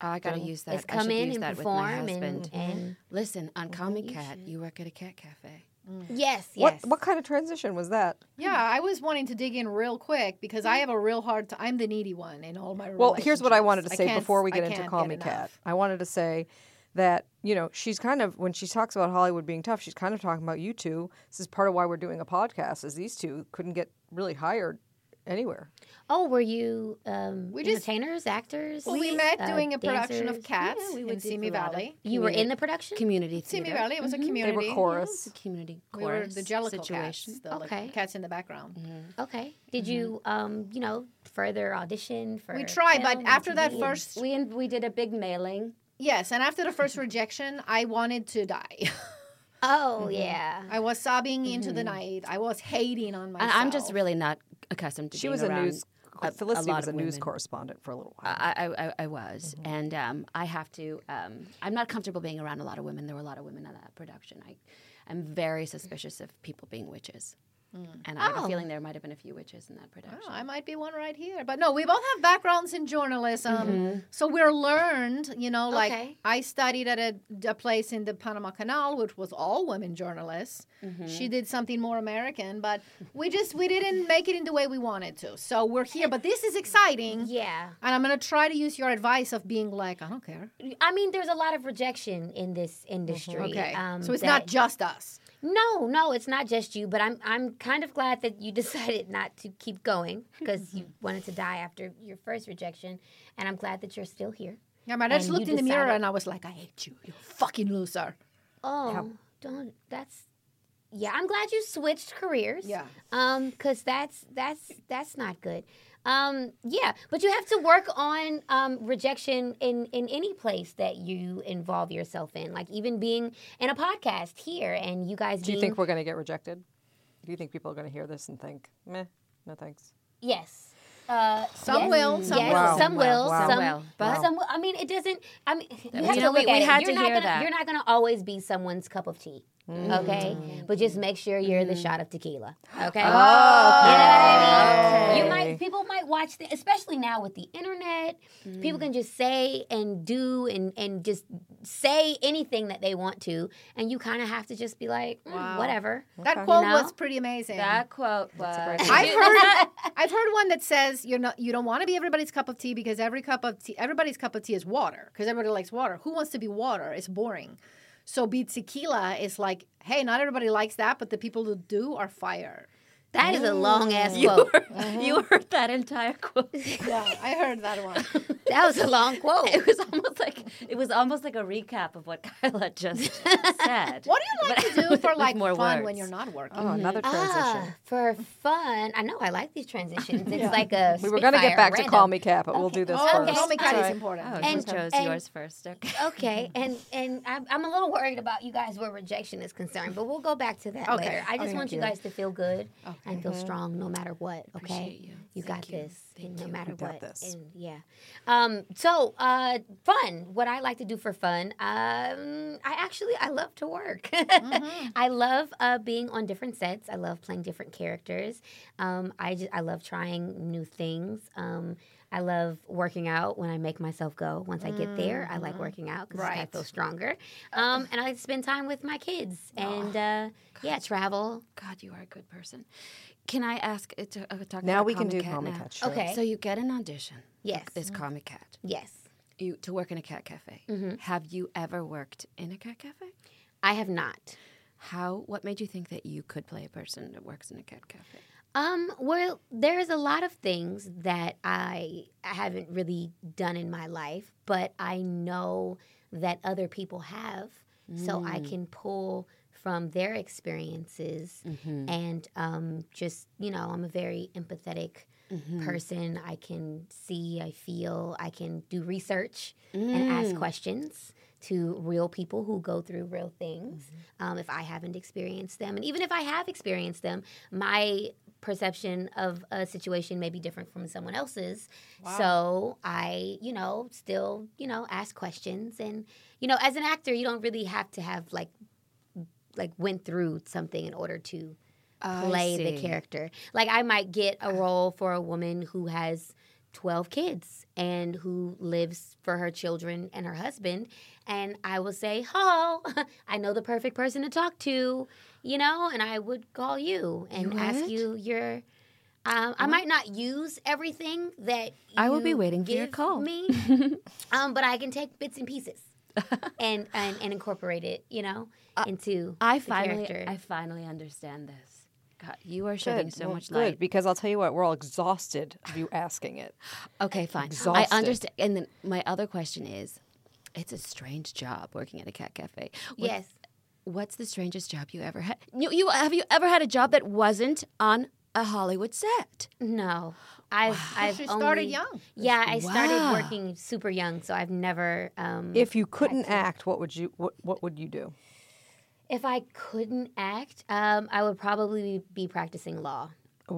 Speaker 2: Oh, I gotta use that.
Speaker 4: It's
Speaker 2: I
Speaker 4: come
Speaker 2: should
Speaker 4: in
Speaker 2: use
Speaker 4: and
Speaker 2: that with
Speaker 4: perform
Speaker 2: my
Speaker 4: and-
Speaker 2: husband.
Speaker 4: and-
Speaker 2: Listen, on Common Cat, you work at a cat cafe.
Speaker 3: Mm-hmm.
Speaker 4: yes, yes.
Speaker 1: What what kind of transition was that?
Speaker 3: Yeah,
Speaker 1: Hmm.
Speaker 3: I was wanting to dig in real quick because I have a real hard time. I'm the needy one in all my
Speaker 1: Well, here's what I wanted to
Speaker 3: relationships.
Speaker 1: say
Speaker 3: can't-
Speaker 1: before we
Speaker 3: I
Speaker 1: get into
Speaker 3: can't
Speaker 1: Call Me Cat.
Speaker 3: enough.
Speaker 1: I wanted to say that, you know, she's kind of, when she talks about Hollywood being tough, she's kind of talking about you two. This is part of why we're doing a podcast, is these two couldn't get really hired anywhere.
Speaker 4: Oh, were you um,
Speaker 3: We just-
Speaker 4: entertainers, actors?
Speaker 3: Well, we met
Speaker 4: uh,
Speaker 3: doing a production of
Speaker 4: dancers?
Speaker 3: Cats
Speaker 2: Yeah, we
Speaker 3: in
Speaker 2: would do
Speaker 3: Simi
Speaker 2: a lot of-
Speaker 3: Valley.
Speaker 4: You were in the production?
Speaker 2: Community theater.
Speaker 3: Simi Valley, it
Speaker 2: Mm-hmm.
Speaker 3: was a
Speaker 1: They
Speaker 3: community.
Speaker 1: were
Speaker 2: It's
Speaker 1: chorus.
Speaker 2: a community
Speaker 3: We were
Speaker 2: chorus
Speaker 3: the Jellicle
Speaker 2: situation.
Speaker 3: cats, the like,
Speaker 4: Okay.
Speaker 3: cats in the background.
Speaker 2: Mm-hmm.
Speaker 4: Okay. Did you, um, you know, further audition for?
Speaker 3: Mm-hmm. We tried, but
Speaker 4: film or
Speaker 3: after that
Speaker 4: TV?
Speaker 3: first,
Speaker 2: We we did a big mailing.
Speaker 3: yes, and after the first rejection, I wanted to die.
Speaker 4: Oh
Speaker 3: Mm-hmm.
Speaker 4: yeah.
Speaker 3: I was sobbing into the night. I was hating on myself.
Speaker 2: Mm-hmm. And I'm just really not accustomed to
Speaker 1: She
Speaker 2: being
Speaker 1: was a
Speaker 2: around
Speaker 1: news,
Speaker 2: a- a
Speaker 1: Felicity
Speaker 2: lot
Speaker 1: was a
Speaker 2: of
Speaker 1: news
Speaker 2: women.
Speaker 1: correspondent for a little while.
Speaker 2: I, I, I- I was,
Speaker 4: Mm-hmm.
Speaker 2: and um, I have to. Um, I'm not comfortable being around a lot of women. There were a lot of women on that production. I, I'm very suspicious of people being witches,
Speaker 4: Mm.
Speaker 2: and I have a
Speaker 4: Oh.
Speaker 2: feeling there might have been a few witches in that production.
Speaker 3: Oh, I might be one right here. But no, we both have backgrounds in journalism. So we're learned, you know, like
Speaker 4: Mm-hmm. Okay.
Speaker 3: I studied at a, a place in the Panama Canal, which was all women journalists.
Speaker 4: Mm-hmm.
Speaker 3: She did something more American, but we just, we didn't make it in the way we wanted to. So we're here, but this is exciting.
Speaker 4: Yeah.
Speaker 3: And I'm going to try to use your advice of being like, I don't care.
Speaker 4: I mean, there's a lot of rejection in this industry.
Speaker 3: Mm-hmm. Okay.
Speaker 4: Um,
Speaker 3: so it's
Speaker 4: that-
Speaker 3: not just us.
Speaker 4: No, no, it's not just you, but I'm I'm kind of glad that you decided not to keep going because you wanted to die after your first rejection, and I'm glad that you're still here.
Speaker 3: Yeah, but I just
Speaker 4: And you
Speaker 3: looked in the mirror
Speaker 4: decided-
Speaker 3: and I was like, I hate you. You fucking loser.
Speaker 4: Oh, don't. That's yeah. I'm glad you switched careers.
Speaker 3: Yeah.
Speaker 4: Um, because that's that's that's not good. Um, yeah, but you have to work on um, rejection in in any place that you involve yourself in, like even being in a podcast here, and you guys.
Speaker 1: Do you
Speaker 4: being-
Speaker 1: think we're going to get rejected? Do you think people are going to hear this and think, meh, no thanks?
Speaker 4: Yes. Uh,
Speaker 3: Some
Speaker 4: yes.
Speaker 3: will, some
Speaker 4: yes,
Speaker 1: won't.
Speaker 4: Some will.
Speaker 1: Wow.
Speaker 4: Some
Speaker 2: Wow.
Speaker 4: will. But some will. I mean, it doesn't. I mean, you have
Speaker 2: you
Speaker 4: to
Speaker 2: know, we-
Speaker 4: look
Speaker 2: we
Speaker 4: at it.
Speaker 2: had
Speaker 4: you're
Speaker 2: to
Speaker 4: not
Speaker 2: hear
Speaker 4: gonna,
Speaker 2: that. Mm.
Speaker 4: You're not going to always be someone's cup of tea. Okay, but just make sure you're the shot of tequila. Okay.
Speaker 1: Oh,
Speaker 4: You
Speaker 1: okay.
Speaker 4: might people might watch, the, especially now with the internet.
Speaker 2: Mm.
Speaker 4: People can just say and do and and just say anything that they want to, and you kind of have to just be like, mm, whatever.
Speaker 3: That quote
Speaker 4: You know?
Speaker 3: was pretty amazing.
Speaker 2: That quote was.
Speaker 3: I've heard I've heard one that says you're not you don't want to be everybody's cup of tea because every cup of tea everybody's cup of tea is water because everybody likes water. Who wants to be water? It's boring. So be tequila is like, hey, not everybody likes that, but the people who do are fire.
Speaker 4: That is a long ass
Speaker 2: Mm. You
Speaker 4: quote.
Speaker 2: heard, you heard that entire quote.
Speaker 3: Yeah, I heard that one.
Speaker 4: That was a long quote.
Speaker 2: It was almost like it was almost like a recap of what Kyla just said.
Speaker 3: What do you like to do for
Speaker 2: With
Speaker 3: like
Speaker 2: more
Speaker 3: fun when
Speaker 2: words.
Speaker 3: you're not working?
Speaker 1: Oh, another transition.
Speaker 4: Ah, for fun. I know I like these transitions. It's like a
Speaker 1: we were going to get
Speaker 4: spitfire,
Speaker 1: back to
Speaker 4: random.
Speaker 1: Call Me Cat, but we'll do this
Speaker 3: Oh,
Speaker 1: first.
Speaker 3: call me cat is
Speaker 1: Sorry.
Speaker 3: important.
Speaker 2: Oh,
Speaker 4: And-
Speaker 2: you chose
Speaker 4: and- uh,
Speaker 2: yours first. Okay.
Speaker 4: Okay, and and I'm, I'm a little worried about you guys where rejection is concerned, but we'll go back to that
Speaker 3: Okay.
Speaker 4: later. I just
Speaker 1: Okay.
Speaker 4: want you
Speaker 1: Thank
Speaker 4: guys to feel good and feel strong no matter what. Okay,
Speaker 2: Appreciate you.
Speaker 4: got
Speaker 2: Thank you.
Speaker 4: this.
Speaker 2: Thank
Speaker 4: and no
Speaker 2: you.
Speaker 4: matter
Speaker 1: got
Speaker 4: what.
Speaker 1: this.
Speaker 4: And yeah. Um. So, uh, fun. What I like to do for fun. Um. I actually I love to work. I love uh, being on different sets. I love playing different characters. Um. I just I love trying new things. Um. I love working out when I make myself go. Once I get there, I like working out because I
Speaker 3: Right.
Speaker 4: feel stronger. Um, and I like to spend time with my kids and uh, yeah, travel.
Speaker 2: God, you are a good person. Can I ask? Uh, to, uh, talk
Speaker 1: Now
Speaker 2: about
Speaker 1: we can
Speaker 2: Comic
Speaker 1: do
Speaker 2: cat
Speaker 1: Call Me
Speaker 2: now?
Speaker 1: Cat. Sure.
Speaker 4: Okay.
Speaker 2: So you get an audition.
Speaker 4: Yes.
Speaker 2: This comic cat.
Speaker 4: Yes,
Speaker 2: You to work in a cat cafe. Have you ever worked in a cat cafe?
Speaker 4: I have not.
Speaker 2: How? What made you think that you could play a person that works in a cat cafe?
Speaker 4: Um, well, there's a lot of things that I haven't really done in my life, but I know that other people have, so I can pull from their Mm-hmm. experiences and um, just you know, I'm a very empathetic person. I can see, I feel, I can do research and ask questions to real people who go through real things. Um, if I haven't experienced them, and even if I have experienced them, my perception of a situation may be different from someone else's. So I, you know, still, you know, ask questions and you know, as an actor, you don't really have to have like like went through something in order to
Speaker 2: I
Speaker 4: play the
Speaker 2: see.
Speaker 4: character. Like I might get a role for a woman who has 12 kids and who lives for her children and her husband and I will say, "Oh, I know the perfect person to talk to." You know, and I would call you and
Speaker 2: You
Speaker 4: ask
Speaker 2: would?
Speaker 4: you your um, I might not use everything that
Speaker 2: I will be
Speaker 4: you
Speaker 2: waiting for your
Speaker 4: give
Speaker 2: call.
Speaker 4: me, um, but I can take bits and pieces and, and and incorporate it, you know, into
Speaker 2: I
Speaker 4: the
Speaker 2: finally,
Speaker 4: character.
Speaker 2: I finally understand this. God, you are shedding so
Speaker 1: Well,
Speaker 2: much
Speaker 1: good,
Speaker 2: light.
Speaker 1: because I'll tell you what, we're all exhausted of you asking it.
Speaker 2: Okay, fine.
Speaker 1: Exhausted.
Speaker 2: I understand. And then my other question is, it's a strange job working at a cat cafe. What-
Speaker 4: yes.
Speaker 2: What's the strangest job you ever had? You, you have you ever had a job that wasn't on a Hollywood set?
Speaker 4: No, I've I've
Speaker 3: she
Speaker 4: only,
Speaker 3: started young.
Speaker 4: Yeah, I started
Speaker 2: Wow.
Speaker 4: working super young, so I've never. Um, if
Speaker 1: If you couldn't act, what would you what what would you do?
Speaker 4: if I couldn't act, um, I would probably be practicing law.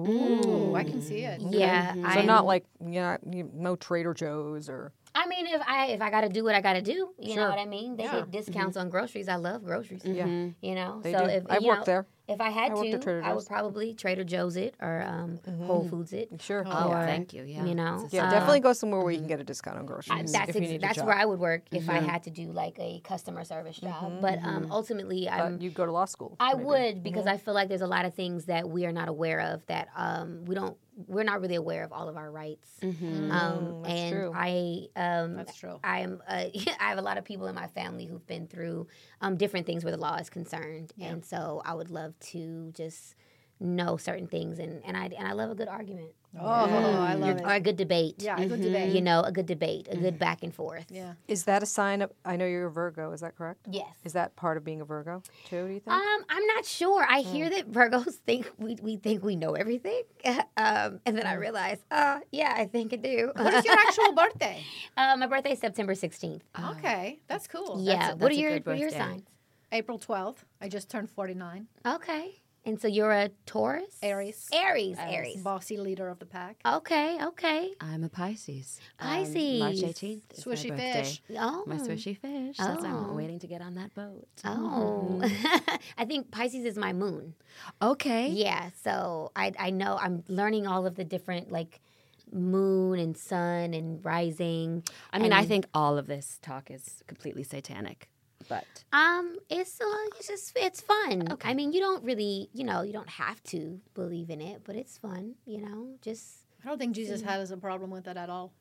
Speaker 3: Ooh, I can see it.
Speaker 4: Yeah,
Speaker 1: So
Speaker 4: I'm,
Speaker 1: not like you know, you- no Trader Joe's or
Speaker 4: I mean, if I if I got to do what I got to do, you know
Speaker 1: Sure.
Speaker 4: what I mean. They
Speaker 1: Yeah. Mm-hmm.
Speaker 4: get discounts on groceries. I love groceries.
Speaker 1: Yeah. Mhm.
Speaker 2: Mm-hmm.
Speaker 4: you know.
Speaker 1: They
Speaker 4: so
Speaker 1: do.
Speaker 4: if
Speaker 1: I've
Speaker 4: you
Speaker 1: worked
Speaker 4: know,
Speaker 1: there.
Speaker 4: If I had
Speaker 1: I worked at
Speaker 4: to,
Speaker 1: Trader
Speaker 4: I would
Speaker 1: Joe's. Mm-hmm.
Speaker 4: probably Trader Joe's it or um, Whole Foods it.
Speaker 1: sure.
Speaker 4: Or,
Speaker 1: yeah,
Speaker 2: Thank you. Oh, Yeah,
Speaker 4: You know,
Speaker 2: It's a-
Speaker 1: Yeah, definitely go somewhere where you can get a discount on groceries.
Speaker 4: Um, I- that's
Speaker 1: if you
Speaker 4: ex-
Speaker 1: need a
Speaker 4: that's
Speaker 1: job. Mm-hmm.
Speaker 4: where I would work if I had to do like a customer service job. But um, ultimately,
Speaker 1: But
Speaker 4: I'm,
Speaker 1: you'd go to law school.
Speaker 4: I
Speaker 1: maybe.
Speaker 4: would because
Speaker 1: Mm-hmm.
Speaker 4: I feel like there's a lot of things that we are not aware of that um, we don't we're not really aware of all of our rights. Um,
Speaker 1: Mm-hmm. Mm, that's
Speaker 4: and
Speaker 1: true.
Speaker 4: I um,
Speaker 3: That's true.
Speaker 4: I am. Uh, I have a lot of people in my family who've been through um, different things where the law is concerned, and so I would love to just know certain things, and, and I and I love a good argument
Speaker 3: Oh, I love
Speaker 4: or
Speaker 3: it.
Speaker 4: a good debate. Mm-hmm.
Speaker 3: Yeah, a good debate.
Speaker 4: You know, a good debate, a
Speaker 1: Mm-hmm.
Speaker 4: good back and forth.
Speaker 3: Yeah.
Speaker 1: Is that a sign of? I know you're a Virgo. Is that correct?
Speaker 4: Yes.
Speaker 1: Is that part of being a Virgo too? Do you think?
Speaker 4: Um, I'm not sure. I hear that Virgos think we, we think we know everything, um, and then I realize, uh, yeah, I think I do.
Speaker 3: What is your actual birthday?
Speaker 4: uh, my birthday is September 16th.
Speaker 3: Okay, Oh, that's cool.
Speaker 4: yeah.
Speaker 2: that's a-
Speaker 4: what
Speaker 2: that's
Speaker 4: are
Speaker 2: a
Speaker 4: your
Speaker 2: good
Speaker 4: what are your
Speaker 2: birthday.
Speaker 4: signs?
Speaker 3: April 12th. I just turned 49.
Speaker 4: Okay. And so you're a Taurus,
Speaker 3: Aries.
Speaker 4: Aries, Oh, Aries.
Speaker 3: Bossy leader of the pack.
Speaker 4: Okay, okay.
Speaker 2: I'm a Pisces. Um,
Speaker 4: Pisces.
Speaker 2: March 18th. It's my
Speaker 3: Swishy
Speaker 2: birthday.
Speaker 3: fish.
Speaker 4: Oh,
Speaker 2: My swishy fish. That's
Speaker 4: Oh.
Speaker 2: I'm waiting to get on that boat.
Speaker 4: oh. I think Pisces is my moon.
Speaker 2: Okay.
Speaker 4: Yeah, so I I know I'm learning all of the different like moon and sun and rising.
Speaker 2: I mean, I think all of this talk is completely satanic, but
Speaker 4: Um, it's uh, it's just it's fun. I mean, you don't really you know you don't have to believe in it, but it's fun. You know, just
Speaker 3: I don't think Jesus has a problem with it at all.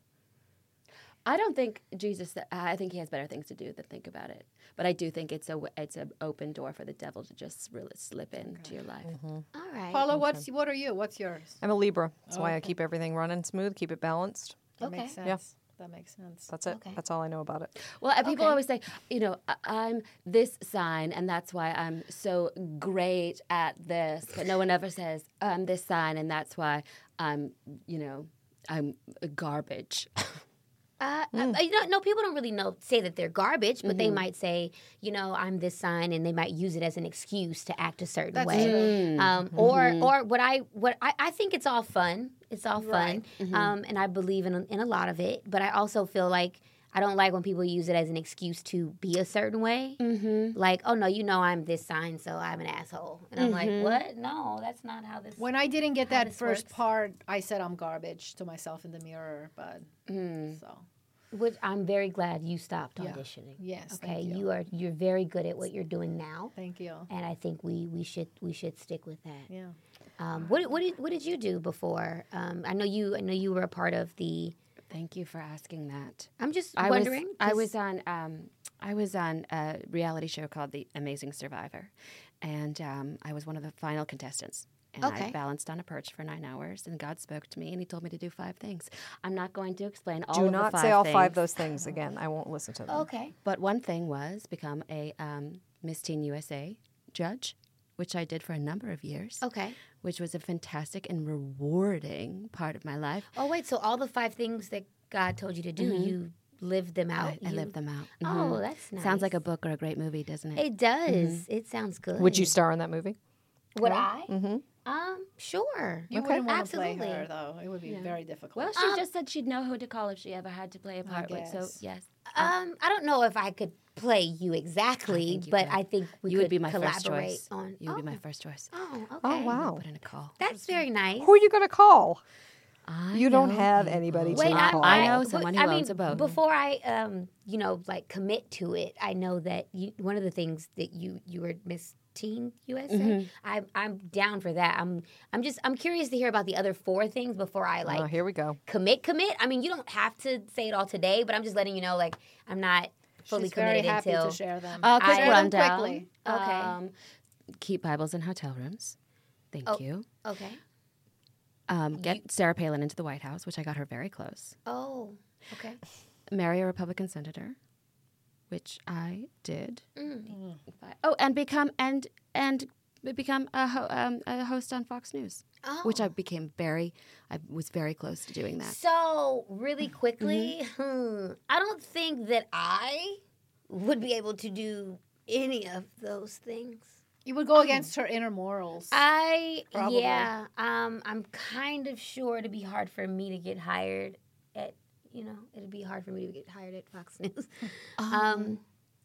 Speaker 2: I don't think Jesus. I think he has better things to do than think about it. But I do think it's a it's an open door for the devil to just really slip into your life.
Speaker 4: all right.
Speaker 3: Paula, what's what are you? What's yours?
Speaker 1: I'm a Libra. That's why I keep everything running smooth, keep it balanced.
Speaker 3: That
Speaker 4: Okay.
Speaker 3: makes sense.
Speaker 1: Yeah.
Speaker 3: That makes sense.
Speaker 1: That's it.
Speaker 4: Okay.
Speaker 1: That's all I know about it.
Speaker 2: Well, uh, people always say, you know, I- I'm this sign, and that's why I'm so great at this. But no one ever says I'm this sign, and that's why I'm, you know, I'm garbage.
Speaker 4: Uh, I- you know, no, people don't really know say that they're garbage, but they might say, you know, I'm this sign, and they might use it as an excuse to act a certain
Speaker 3: That's
Speaker 4: way. Um, or, or what I what I, I think it's all fun. It's all fun, um, and I believe in in a lot of it. But I also feel like I don't like when people use it as an excuse to be a certain way. Mm-hmm. Like, oh no, you know, I'm this sign, so I'm an asshole, and I'm like, what? No, that's not how this.
Speaker 3: When I didn't get that
Speaker 4: this
Speaker 3: first
Speaker 4: works.
Speaker 3: part, I said I'm garbage to myself in the mirror, but so
Speaker 4: Which I'm very glad you stopped auditioning.
Speaker 3: yes.
Speaker 4: Okay,
Speaker 3: Thank you.
Speaker 4: you are you're very good at what you're doing now.
Speaker 3: Thank you.
Speaker 4: and I think we, we should we should stick with that.
Speaker 3: Yeah.
Speaker 4: Um, what, what did what did you do before? Um, I know you I know you were a part of the.
Speaker 2: Thank you for asking that.
Speaker 4: I'm just
Speaker 2: I
Speaker 4: wondering.
Speaker 2: Was, I
Speaker 4: 'cause-
Speaker 2: was on. Um, I was on a reality show called The Amazing Survivor, and um, I was one of the final contestants. And
Speaker 4: Okay.
Speaker 2: I balanced on a perch for nine hours, and God spoke to me, and He told me to do five things. I'm not going to explain all.
Speaker 1: Do
Speaker 2: of
Speaker 1: not
Speaker 2: the five
Speaker 1: say all
Speaker 2: things,
Speaker 1: five of those things again. I won't listen to them.
Speaker 4: okay.
Speaker 2: But one thing was become a um, Miss Teen USA judge which I did for a number of years.
Speaker 4: Okay.
Speaker 2: Which was a fantastic and rewarding part of my life.
Speaker 4: Oh wait, so all the five things that God told you to do, you Mm-hmm. lived them out.
Speaker 2: I
Speaker 4: You-
Speaker 2: lived them out.
Speaker 4: Oh,
Speaker 2: Mhm.
Speaker 4: that's nice.
Speaker 2: Sounds like a book or a great movie, doesn't it?
Speaker 4: It does. It sounds good.
Speaker 1: Would you star in that movie?
Speaker 4: Would I? Mm-hmm. Um, sure.
Speaker 3: You wouldn't want to play
Speaker 4: Absolutely.
Speaker 3: her, though. It would be very difficult.
Speaker 2: Well, she just said she'd know who to call if she ever had to play a part. Like, so
Speaker 3: guess.
Speaker 2: yes,
Speaker 4: Um, I don't know if I could play you exactly,
Speaker 2: you
Speaker 4: but
Speaker 2: could.
Speaker 4: I think we
Speaker 2: you
Speaker 4: could
Speaker 2: would be my first
Speaker 4: collaborate
Speaker 2: choice.
Speaker 4: on.
Speaker 2: you would
Speaker 4: oh,
Speaker 2: be my first choice.
Speaker 4: oh, okay.
Speaker 1: Oh wow.
Speaker 2: Put in a call.
Speaker 4: That's very nice.
Speaker 1: Who are you gonna call?
Speaker 2: I
Speaker 1: You don't
Speaker 2: know
Speaker 1: have
Speaker 2: people.
Speaker 1: anybody to
Speaker 4: Wait, I,
Speaker 1: call.
Speaker 2: I know
Speaker 4: but-
Speaker 2: someone who
Speaker 4: I mean,
Speaker 2: owns a boat.
Speaker 4: Before I, um, you know, like commit to it, I know that you, one of the things that you you were Miss Teen USA.
Speaker 1: Mm-hmm.
Speaker 4: I'm I'm down for that. I'm I'm just I'm curious to hear about the other four things before I like
Speaker 1: oh, here we go.
Speaker 4: commit commit. I mean, you don't have to say it all today, but I'm just letting you know like I'm not fully
Speaker 3: She's very
Speaker 4: committed
Speaker 3: happy
Speaker 4: until
Speaker 3: to share them.
Speaker 2: Uh, quick
Speaker 3: share them
Speaker 2: rundown.
Speaker 3: quickly.
Speaker 4: Okay.
Speaker 2: Um, keep Bibles in hotel rooms. Thank
Speaker 4: Oh.
Speaker 2: you.
Speaker 4: okay.
Speaker 2: Um, get Sarah Palin into the White House, which I got her very close.
Speaker 4: Oh, okay.
Speaker 2: Marry a Republican senator, which I did. Oh, and become and and become a, ho- um, a host on Fox News,
Speaker 4: Oh.
Speaker 2: which I became very. I was very close to doing that.
Speaker 4: So, really quickly, hmm, I don't think that I would be able to do any of those things.
Speaker 3: You would go against her inner morals.
Speaker 4: I
Speaker 3: Probably.
Speaker 4: yeah, um, I'm kind of sure it'd be hard for me to get hired at you know it'd be hard for me to get hired at Fox News. um,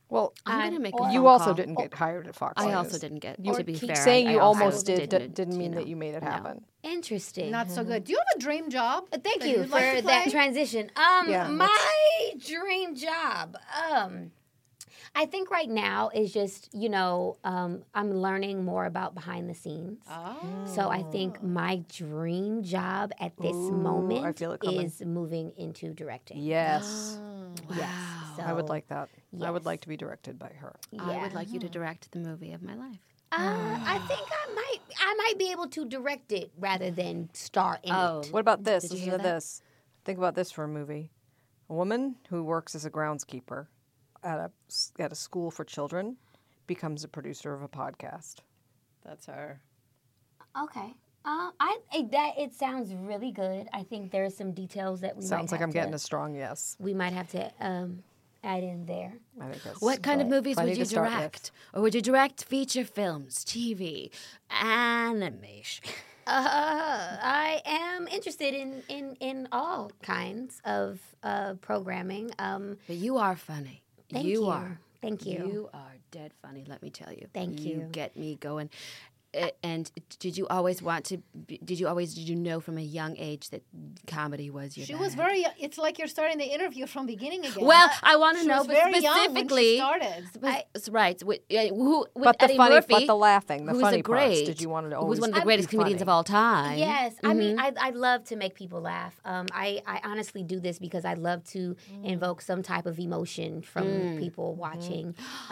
Speaker 1: Well,
Speaker 2: I'm gonna make. a
Speaker 1: you
Speaker 2: phone
Speaker 1: also
Speaker 2: call.
Speaker 1: didn't get hired at Fox.
Speaker 2: I
Speaker 1: News.
Speaker 2: also didn't get.
Speaker 1: You
Speaker 2: to be
Speaker 1: keep
Speaker 2: fair,
Speaker 1: saying
Speaker 2: I-
Speaker 1: you
Speaker 2: I also
Speaker 1: almost did d- didn't, mean
Speaker 2: know.
Speaker 1: that you made it
Speaker 2: No.
Speaker 1: happen.
Speaker 4: interesting.
Speaker 3: Not so good. Do you have a dream job?
Speaker 4: Uh, Thank
Speaker 3: that
Speaker 4: you
Speaker 3: you'd
Speaker 4: for
Speaker 3: like to
Speaker 4: that
Speaker 3: play?
Speaker 4: transition. Um,
Speaker 1: Yeah,
Speaker 4: my dream job. Um, I think right now is just you know um, I'm learning more about behind the scenes.
Speaker 3: Oh.
Speaker 4: So I think my dream job at this
Speaker 1: Ooh, I
Speaker 4: moment
Speaker 1: feel it coming.
Speaker 4: is moving into directing.
Speaker 1: Yes,
Speaker 4: Yes. So,
Speaker 2: Oh.
Speaker 1: I would like that. I would like to be directed by her.
Speaker 2: I
Speaker 4: yeah.
Speaker 2: would like you to direct the movie of my life.
Speaker 4: Uh, I think I might. I might be able to direct it rather than star in it.
Speaker 1: What about this?
Speaker 2: you
Speaker 1: Listen
Speaker 2: hear
Speaker 1: to
Speaker 2: that?
Speaker 1: this. Think about this for a movie. A woman who works as a groundskeeper at a s- at a school for children becomes a producer of a podcast.
Speaker 3: That's her.
Speaker 4: Okay. Uh, I it, that it sounds really good. I think there are some details that we
Speaker 1: Sounds
Speaker 4: might
Speaker 1: like
Speaker 4: have
Speaker 1: I'm getting
Speaker 4: to,
Speaker 1: a strong yes.
Speaker 4: we might have to um, add in there.
Speaker 1: I think that's
Speaker 2: What kind of
Speaker 1: but
Speaker 2: movies
Speaker 1: plenty
Speaker 2: would
Speaker 1: to
Speaker 2: you
Speaker 1: start with.
Speaker 2: direct? Or would you direct feature films, TV, animation?
Speaker 4: Uh, I am interested in in in all kinds of uh, programming. Um,
Speaker 2: But you are funny.
Speaker 4: thank
Speaker 2: you, are.
Speaker 4: Thank you.
Speaker 2: You are dead funny, let me tell you.
Speaker 4: Thank you.
Speaker 2: get me going. Uh, And did you always want to? Be, did you always? Did you know from a young age that comedy was your?
Speaker 3: She was
Speaker 2: bag?
Speaker 3: very. It's like you're starting the interview from beginning again.
Speaker 2: Well, I want to
Speaker 3: she
Speaker 2: know
Speaker 3: was very young when
Speaker 2: specifically.
Speaker 3: she started.
Speaker 2: spe- s- right. With, uh, who, with
Speaker 1: But the
Speaker 2: Eddie
Speaker 1: funny,
Speaker 2: Murphy,
Speaker 1: but the laughing, the
Speaker 2: who's
Speaker 1: funny
Speaker 2: a great,
Speaker 1: parts. Did you want to
Speaker 2: who
Speaker 1: always
Speaker 2: was one of the
Speaker 1: be
Speaker 2: greatest comedians of
Speaker 1: funny?
Speaker 2: all time?
Speaker 4: Yes, I
Speaker 3: Mm-hmm.
Speaker 4: mean, I, I love to make people laugh. Um, I, I honestly do this because I love to
Speaker 3: Mm.
Speaker 4: invoke some type of emotion from people watching.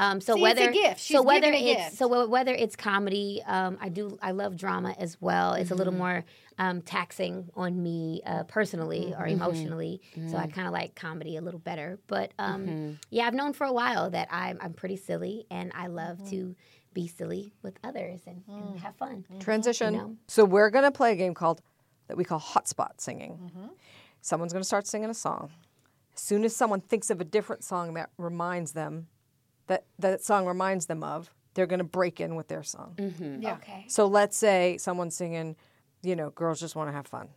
Speaker 4: Um,
Speaker 3: Mm-hmm. See,
Speaker 4: so
Speaker 3: it's a
Speaker 4: whether
Speaker 3: gift.
Speaker 4: so
Speaker 3: She's
Speaker 4: whether
Speaker 3: giving a
Speaker 4: it's
Speaker 3: gift.
Speaker 4: so wh- whether it's comedy, um, I do I love drama as well. It's a little
Speaker 3: Mm-hmm.
Speaker 4: more um, taxing on me uh, personally or
Speaker 3: Mm-hmm.
Speaker 4: emotionally, so I kind of like comedy a little better. But um,
Speaker 3: Mm-hmm.
Speaker 4: yeah, I've known for a while that I'm I'm pretty silly and I love
Speaker 3: Mm-hmm.
Speaker 4: to be silly with others and,
Speaker 3: Mm.
Speaker 4: and have fun.
Speaker 1: Transition. So we're gonna play a game called that we call hotspot singing. Someone's gonna start singing a song. As soon as someone thinks of a different song that reminds them that that song reminds them of, they're gonna break in with their song.
Speaker 2: Mm.
Speaker 3: Yeah.
Speaker 4: Okay.
Speaker 1: So let's say someone's singing, you know, girls just want to have fun,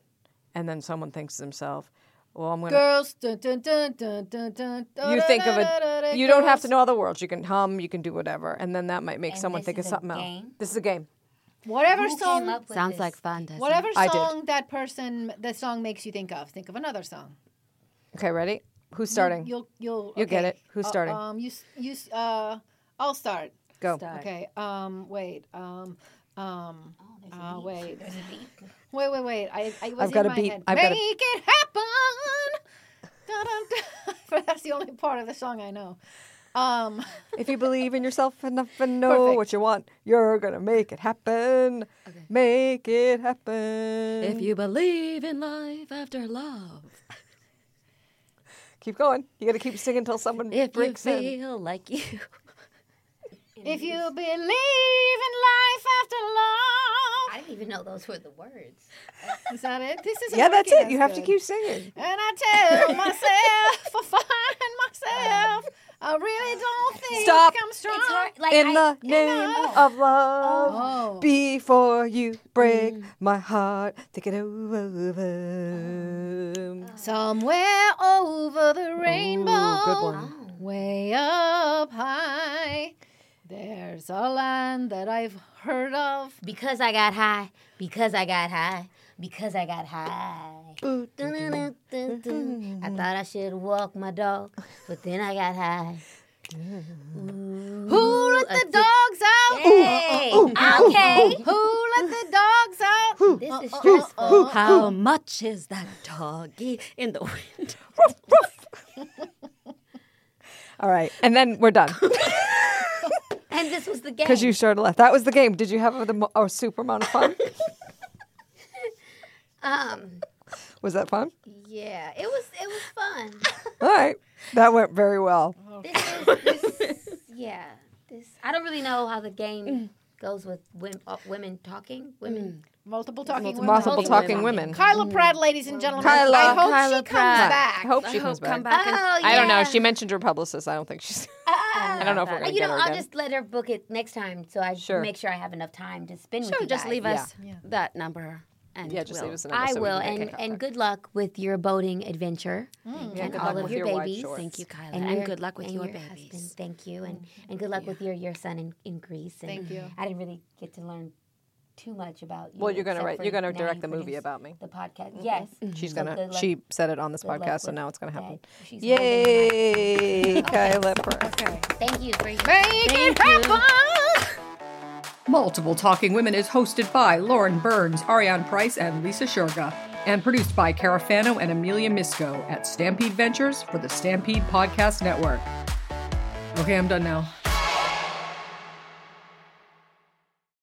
Speaker 1: and then someone thinks to themselves, "Well, I'm gonna."
Speaker 3: Girls. Dun, dun, dun, dun, dun, dun,
Speaker 1: you think of
Speaker 3: da-da-da-da-da,
Speaker 1: a. You don't have
Speaker 3: girls.
Speaker 1: to know all the words. You can hum. You can do whatever, and then that might make
Speaker 4: And
Speaker 1: someone
Speaker 4: this
Speaker 1: think of
Speaker 4: is a
Speaker 1: something else.
Speaker 4: game?
Speaker 1: This is a game.
Speaker 3: Whatever
Speaker 4: Who
Speaker 3: song.
Speaker 4: came up with
Speaker 2: Sounds
Speaker 4: this?
Speaker 2: like fun. Doesn't
Speaker 3: Whatever
Speaker 1: I did.
Speaker 3: song that person, the song makes you think of. Think of another song.
Speaker 1: Okay, ready? Who's starting?
Speaker 3: You'll you'll
Speaker 1: You'll get
Speaker 3: okay.
Speaker 1: it. Who's
Speaker 3: Uh,
Speaker 1: starting?
Speaker 3: um, you s- you s- uh, I'll start.
Speaker 1: Go.
Speaker 3: Okay. Um, wait. Um, um,
Speaker 4: Oh, there's
Speaker 3: uh, wait. Wait, wait, wait. I, I was in
Speaker 1: got a
Speaker 3: my
Speaker 1: beat.
Speaker 3: head.
Speaker 1: I've got a-
Speaker 3: Make it happen. Dun, dun, dun. That's the only part of the song I know. Um,
Speaker 1: If you believe in yourself enough and know what you want, you're gonna make it happen. Make it happen.
Speaker 2: If you believe in life after love,
Speaker 1: keep going, you gotta keep singing until someone
Speaker 2: if you
Speaker 1: breaks in.
Speaker 2: feel like you,
Speaker 4: didn't
Speaker 3: If you
Speaker 4: even-
Speaker 3: believe in life after love.
Speaker 4: I didn't even know those were the words.
Speaker 3: Is that it? This is
Speaker 1: Yeah, that's it. You have to keep singing.
Speaker 3: And I tell myself, I find myself. I really don't think
Speaker 1: Stop.
Speaker 3: I'm strong.
Speaker 4: It's hard. Like
Speaker 1: In
Speaker 4: I,
Speaker 1: the name
Speaker 4: oh.
Speaker 1: of love,
Speaker 3: Oh.
Speaker 1: before you break
Speaker 4: Mm.
Speaker 1: my heart, take it over.
Speaker 3: Somewhere over the rainbow,
Speaker 1: good one.
Speaker 4: Oh.
Speaker 3: way up high, there's a land that I've heard of.
Speaker 4: Because I got high. Because I got high. Because I got high. Dun-dun-dun-dun-dun. I thought I should walk my dog, but then I got high.
Speaker 3: Who let the dogs out?
Speaker 4: Hey, okay.
Speaker 3: Who let the dogs out?
Speaker 4: This is stressful.
Speaker 2: How much is that doggy in the window?
Speaker 1: All right, and then we're done
Speaker 4: And this was the game.
Speaker 1: because you sort of left. That was the game. Did you have the mo- a super amount of fun?
Speaker 4: um,
Speaker 1: Was that fun?
Speaker 4: yeah, it was it was fun.
Speaker 1: All right, that went very well.
Speaker 4: this is this, yeah. This I don't really know how the game goes with women, uh, women talking. Women.
Speaker 3: Multiple talking women.
Speaker 1: Multiple
Speaker 4: Multiple
Speaker 1: talking
Speaker 4: women.
Speaker 1: women.
Speaker 3: Kyla Pratt, ladies and gentlemen.
Speaker 1: Kyla-
Speaker 3: I hope
Speaker 2: Kyla
Speaker 3: she comes
Speaker 2: Pratt.
Speaker 1: I
Speaker 3: back.
Speaker 1: hope she comes back.
Speaker 2: come back. and-
Speaker 4: Oh,
Speaker 1: I don't know.
Speaker 4: yeah. Uh,
Speaker 1: She mentioned her publicist. I don't think she's. I don't know if we're
Speaker 2: that-
Speaker 1: gonna
Speaker 4: You
Speaker 1: get
Speaker 4: know,
Speaker 1: her
Speaker 4: I'll
Speaker 1: again.
Speaker 4: just let her book it next time, so I
Speaker 1: Sure.
Speaker 4: make sure I have enough time to spend with
Speaker 2: Sure,
Speaker 4: you
Speaker 2: just
Speaker 4: guys.
Speaker 2: leave
Speaker 1: Yeah.
Speaker 2: us that number. And
Speaker 1: Yeah, just
Speaker 2: we'll-
Speaker 1: leave us a number.
Speaker 4: I
Speaker 1: so we can
Speaker 4: will,
Speaker 1: make
Speaker 4: and
Speaker 1: a
Speaker 4: and
Speaker 1: contact.
Speaker 4: good luck with your boating adventure
Speaker 1: Yeah,
Speaker 4: and
Speaker 1: good luck
Speaker 4: all of
Speaker 1: with
Speaker 4: your,
Speaker 1: your wide
Speaker 4: babies.
Speaker 1: shorts.
Speaker 2: Thank you, Kyla.
Speaker 4: And,
Speaker 2: And,
Speaker 4: your-
Speaker 2: good luck with
Speaker 4: and
Speaker 2: your,
Speaker 4: your
Speaker 2: babies.
Speaker 4: husband. Thank you, and and good luck with your your son in, in Greece. And
Speaker 3: Thank you.
Speaker 4: I didn't really get to learn too much about you.
Speaker 1: Well, you're gonna
Speaker 4: except
Speaker 1: write.
Speaker 4: for
Speaker 1: You're gonna
Speaker 4: now
Speaker 1: direct
Speaker 4: you
Speaker 1: the movie
Speaker 4: produce
Speaker 1: about me.
Speaker 4: The podcast, yes.
Speaker 1: She's
Speaker 4: So
Speaker 1: gonna.
Speaker 4: good luck-
Speaker 1: she said it on this
Speaker 4: good luck
Speaker 1: podcast, so
Speaker 4: with
Speaker 1: now it's gonna
Speaker 4: that.
Speaker 1: happen.
Speaker 4: She's more than enough.
Speaker 1: Yay, Kyla Pratt.
Speaker 3: Okay.
Speaker 4: Thank you for your.
Speaker 3: Make it happen.
Speaker 5: Multiple Talking Women is hosted by Lauren Burns, Ariane Price, and Lisa Shurga, and produced by Cara Fano and Amelia Misco at Stampede Ventures for the Stampede Podcast Network. Okay, I'm done now.